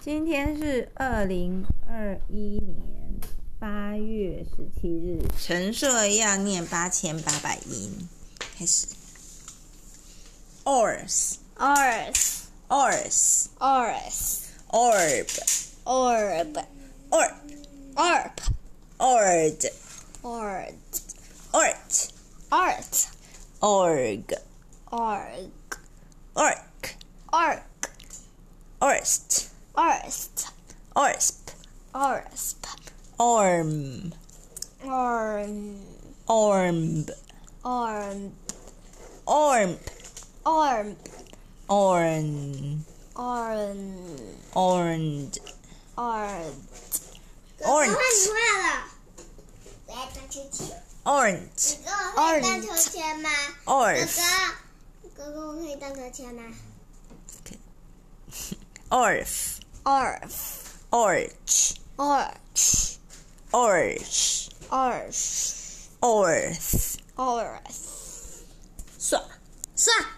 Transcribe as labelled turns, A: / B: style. A: 今天是二零二一年八月十七日，
B: 陈设要念八千八百音，开始。Ors,
C: Ors,
B: ors,
C: Ors,
B: orb,
C: Orb,
B: orb,
C: Orb,
B: ord,
C: Ord,
B: ort,
C: Art,
B: org,
C: Org,
B: orc,
C: Arc,
B: orst,
C: Orst,
B: orsp,
C: Orsp,
B: orm,
C: Orm,
B: ormb,
C: Orm,
B: ormp,
C: Orm,
B: orn,
C: Orn,
B: ornd,
C: Ord,
B: ornt,
D: 我要当球鞋，
B: ornt,
D: 哥哥我可以当球鞋吗？哥
B: orf,
D: 哥，哥哥，我可以当球鞋吗？
B: orf,
C: Orf,
B: orch,
C: Orch,
B: orsh,
C: Orsh,
B: orth,
C: Orth,
B: 算
C: 算